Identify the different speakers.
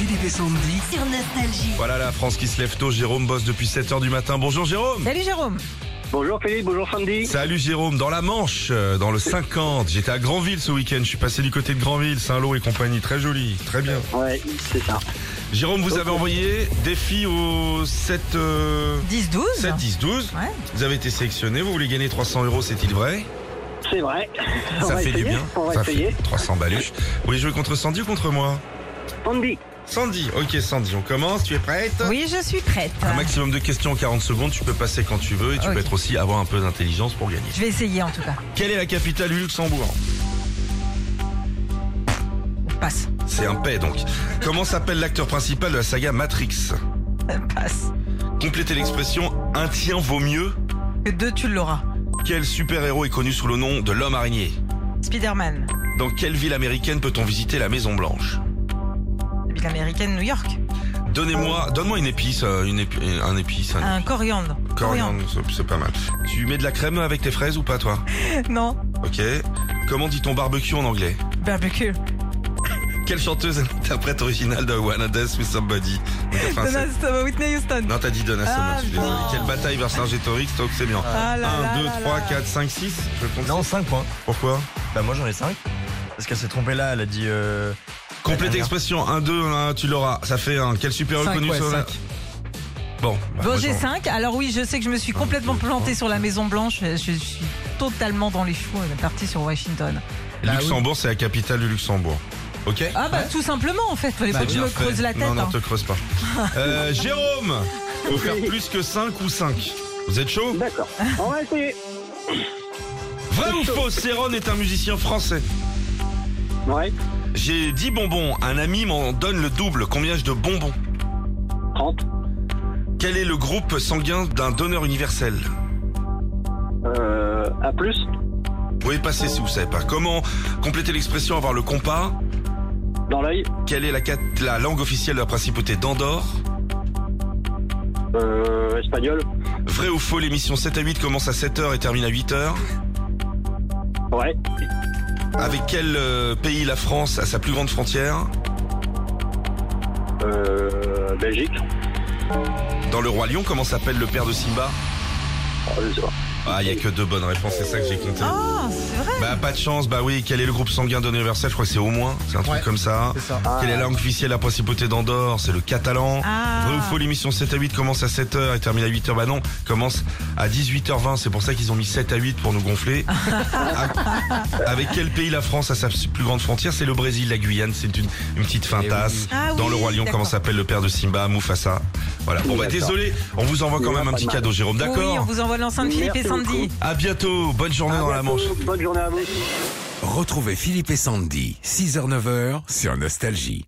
Speaker 1: Philippe et Sandy.
Speaker 2: sur Nostalgie.
Speaker 3: Voilà la France qui se lève tôt. Jérôme bosse depuis 7h du matin. Bonjour Jérôme.
Speaker 4: Salut Jérôme.
Speaker 5: Bonjour Philippe, bonjour Sandy.
Speaker 3: Salut Jérôme, dans la Manche, euh, dans le 50. J'étais à Granville ce week-end. Je suis passé du côté de Granville, Saint-Lô et compagnie. Très joli, très bien.
Speaker 5: Ouais, c'est ça.
Speaker 3: Jérôme, vous avez envoyé défi au 7, euh,
Speaker 4: 10-12.
Speaker 3: 7, 10, 12.
Speaker 4: Ouais.
Speaker 3: Vous avez été sélectionné. Vous voulez gagner 300 euros, c'est-il vrai
Speaker 5: C'est vrai. On
Speaker 3: Ça
Speaker 5: va
Speaker 3: fait
Speaker 5: essayer,
Speaker 3: du bien.
Speaker 5: On va
Speaker 3: Ça
Speaker 5: essayer.
Speaker 3: fait 300 baluches. Vous voulez jouer contre Sandy ou contre moi
Speaker 5: Sandy,
Speaker 3: Sandy, ok Sandy, on commence. Tu es prête
Speaker 4: Oui, je suis prête.
Speaker 3: Un maximum de questions en 40 secondes, tu peux passer quand tu veux et tu
Speaker 4: Ok.
Speaker 3: peux être aussi avoir un peu d'intelligence pour gagner.
Speaker 4: Je vais essayer en tout cas.
Speaker 3: Quelle est la capitale du Luxembourg
Speaker 4: Passe.
Speaker 3: C'est un paix donc. Comment s'appelle l'acteur principal de la saga Matrix
Speaker 4: Euh, Passe.
Speaker 3: Complétez l'expression un tien vaut mieux.
Speaker 4: Que deux, tu l'auras.
Speaker 3: Quel super-héros est connu sous le nom de l'homme araignée
Speaker 4: Spider-Man.
Speaker 3: Dans quelle ville américaine peut-on visiter la Maison Blanche
Speaker 4: La ville américaine, New York.
Speaker 3: Donnez-moi, donne-moi une épice, euh, une épi- un épice, un
Speaker 4: Un coriandre.
Speaker 3: Ah. coriandre, c'est- c'est pas mal. Tu mets de la crème avec tes fraises ou pas toi
Speaker 4: Non.
Speaker 3: Ok. Comment dit-on barbecue en anglais
Speaker 4: Barbecue.
Speaker 3: Quelle chanteuse est l'interprète originale de Wanna Dance With Somebody de 87?
Speaker 4: Donna Summer, Whitney Houston.
Speaker 3: Non, t'as dit Donna Summer,
Speaker 4: Ah,
Speaker 3: je suis désolé.
Speaker 4: non.
Speaker 3: Quelle bataille vers Saint-Gétorix, donc c'est bien.
Speaker 4: Ah là
Speaker 3: 1,
Speaker 4: là
Speaker 3: 2,
Speaker 4: là
Speaker 3: 3,
Speaker 4: là.
Speaker 3: 4, 5, 6 Je compte.
Speaker 6: Non, 5 points.
Speaker 3: Pourquoi
Speaker 6: Bah moi j'en ai 5. Parce qu'elle s'est trompée là, elle a dit... Euh...
Speaker 3: Complète
Speaker 6: dernière.
Speaker 3: expression, 1, 2, 1, tu l'auras. Ça fait un. Quel super
Speaker 6: Cinq,
Speaker 3: reconnu
Speaker 6: ouais,
Speaker 3: sur la-
Speaker 6: cinq.
Speaker 3: Bon, bah,
Speaker 4: Bon,
Speaker 3: moi,
Speaker 4: j'ai
Speaker 3: j'en-
Speaker 4: 5. Alors oui, je sais que je me suis
Speaker 3: Un,
Speaker 4: complètement
Speaker 3: deux,
Speaker 4: plantée
Speaker 3: trois.
Speaker 4: sur la Maison Blanche. Je je suis totalement dans les choux. On est parti sur Washington.
Speaker 3: Luxembourg, c'est la capitale du Luxembourg. Ok
Speaker 4: Bah
Speaker 3: Eh
Speaker 4: Ah bah tout simplement en fait. Fallait
Speaker 6: Bah,
Speaker 4: pas que je
Speaker 3: Bien
Speaker 4: me
Speaker 3: fait.
Speaker 4: creuse la tête.
Speaker 3: Non, non,
Speaker 4: hein.
Speaker 3: te creuse pas. Euh, Jérôme Faut faire
Speaker 5: Oui.
Speaker 3: plus que 5 ou 5. Vous êtes chaud
Speaker 5: d'accord. On va essayer.
Speaker 3: Vrai ou faux Céron est un musicien français.
Speaker 5: Ouais,
Speaker 3: J'ai 10 bonbons, un ami m'en donne le double. Combien ai-je de bonbons
Speaker 5: 30.
Speaker 3: Quel est le groupe sanguin d'un donneur universel
Speaker 5: Euh, à plus.
Speaker 3: Vous pouvez passer si vous savez pas. Comment compléter l'expression avoir le compas
Speaker 5: Dans l'œil.
Speaker 3: Quelle est la, cat- la langue officielle de la principauté d'Andorre
Speaker 5: Euh, espagnol.
Speaker 3: Vrai ou faux, l'émission 7 à 8 commence à 7h et termine à 8h.
Speaker 5: Ouais.
Speaker 3: Avec quel euh, pays la France a sa plus grande frontière
Speaker 5: Euh, Belgique.
Speaker 3: Dans le Roi Lion, comment s'appelle le père de Simba
Speaker 5: Oh, je sais pas.
Speaker 3: Ah, il y a que deux bonnes réponses, c'est ça que j'ai compté.
Speaker 4: Ah, c'est vrai.
Speaker 3: Bah pas de chance, bah oui, quel est le groupe sanguin d'un universel Je crois que c'est au moins, c'est un truc
Speaker 6: Ouais.
Speaker 3: comme ça.
Speaker 6: C'est ça.
Speaker 5: Ah,
Speaker 3: Quelle est la langue officielle de la principauté d'Andorre C'est le catalan.
Speaker 4: Ah.
Speaker 3: Vrai ou faux, l'émission 7 à 8 commence à 7h et termine à 8h. Bah non, commence à 18h20. C'est pour ça qu'ils ont mis 7 à 8 pour nous gonfler. À- Avec quel pays la France a sa plus grande frontière C'est le Brésil, la Guyane. C'est une, une petite
Speaker 5: Eh
Speaker 3: fintasse.
Speaker 6: oui.
Speaker 4: Ah
Speaker 3: Dans
Speaker 4: oui,
Speaker 3: le Roi Lion, comment
Speaker 4: d'accord.
Speaker 3: s'appelle le père de Simba Mufasa. Voilà. Bon,
Speaker 5: Oui,
Speaker 3: bah
Speaker 5: d'accord.
Speaker 3: désolé, on vous envoie quand
Speaker 5: Oui,
Speaker 3: même un
Speaker 5: pas de
Speaker 3: petit
Speaker 5: mal.
Speaker 3: cadeau, Jérôme.
Speaker 4: Oui, on
Speaker 3: D'accord
Speaker 4: vous envoie l'enceinte Philippe et
Speaker 5: Merci
Speaker 4: Sandy.
Speaker 5: beaucoup.
Speaker 3: À bientôt. Bonne journée
Speaker 5: à
Speaker 3: dans la
Speaker 5: bientôt.
Speaker 3: Manche.
Speaker 5: Bonne journée à vous.
Speaker 1: Retrouvez Philippe et Sandy, 6h-9h sur Nostalgie.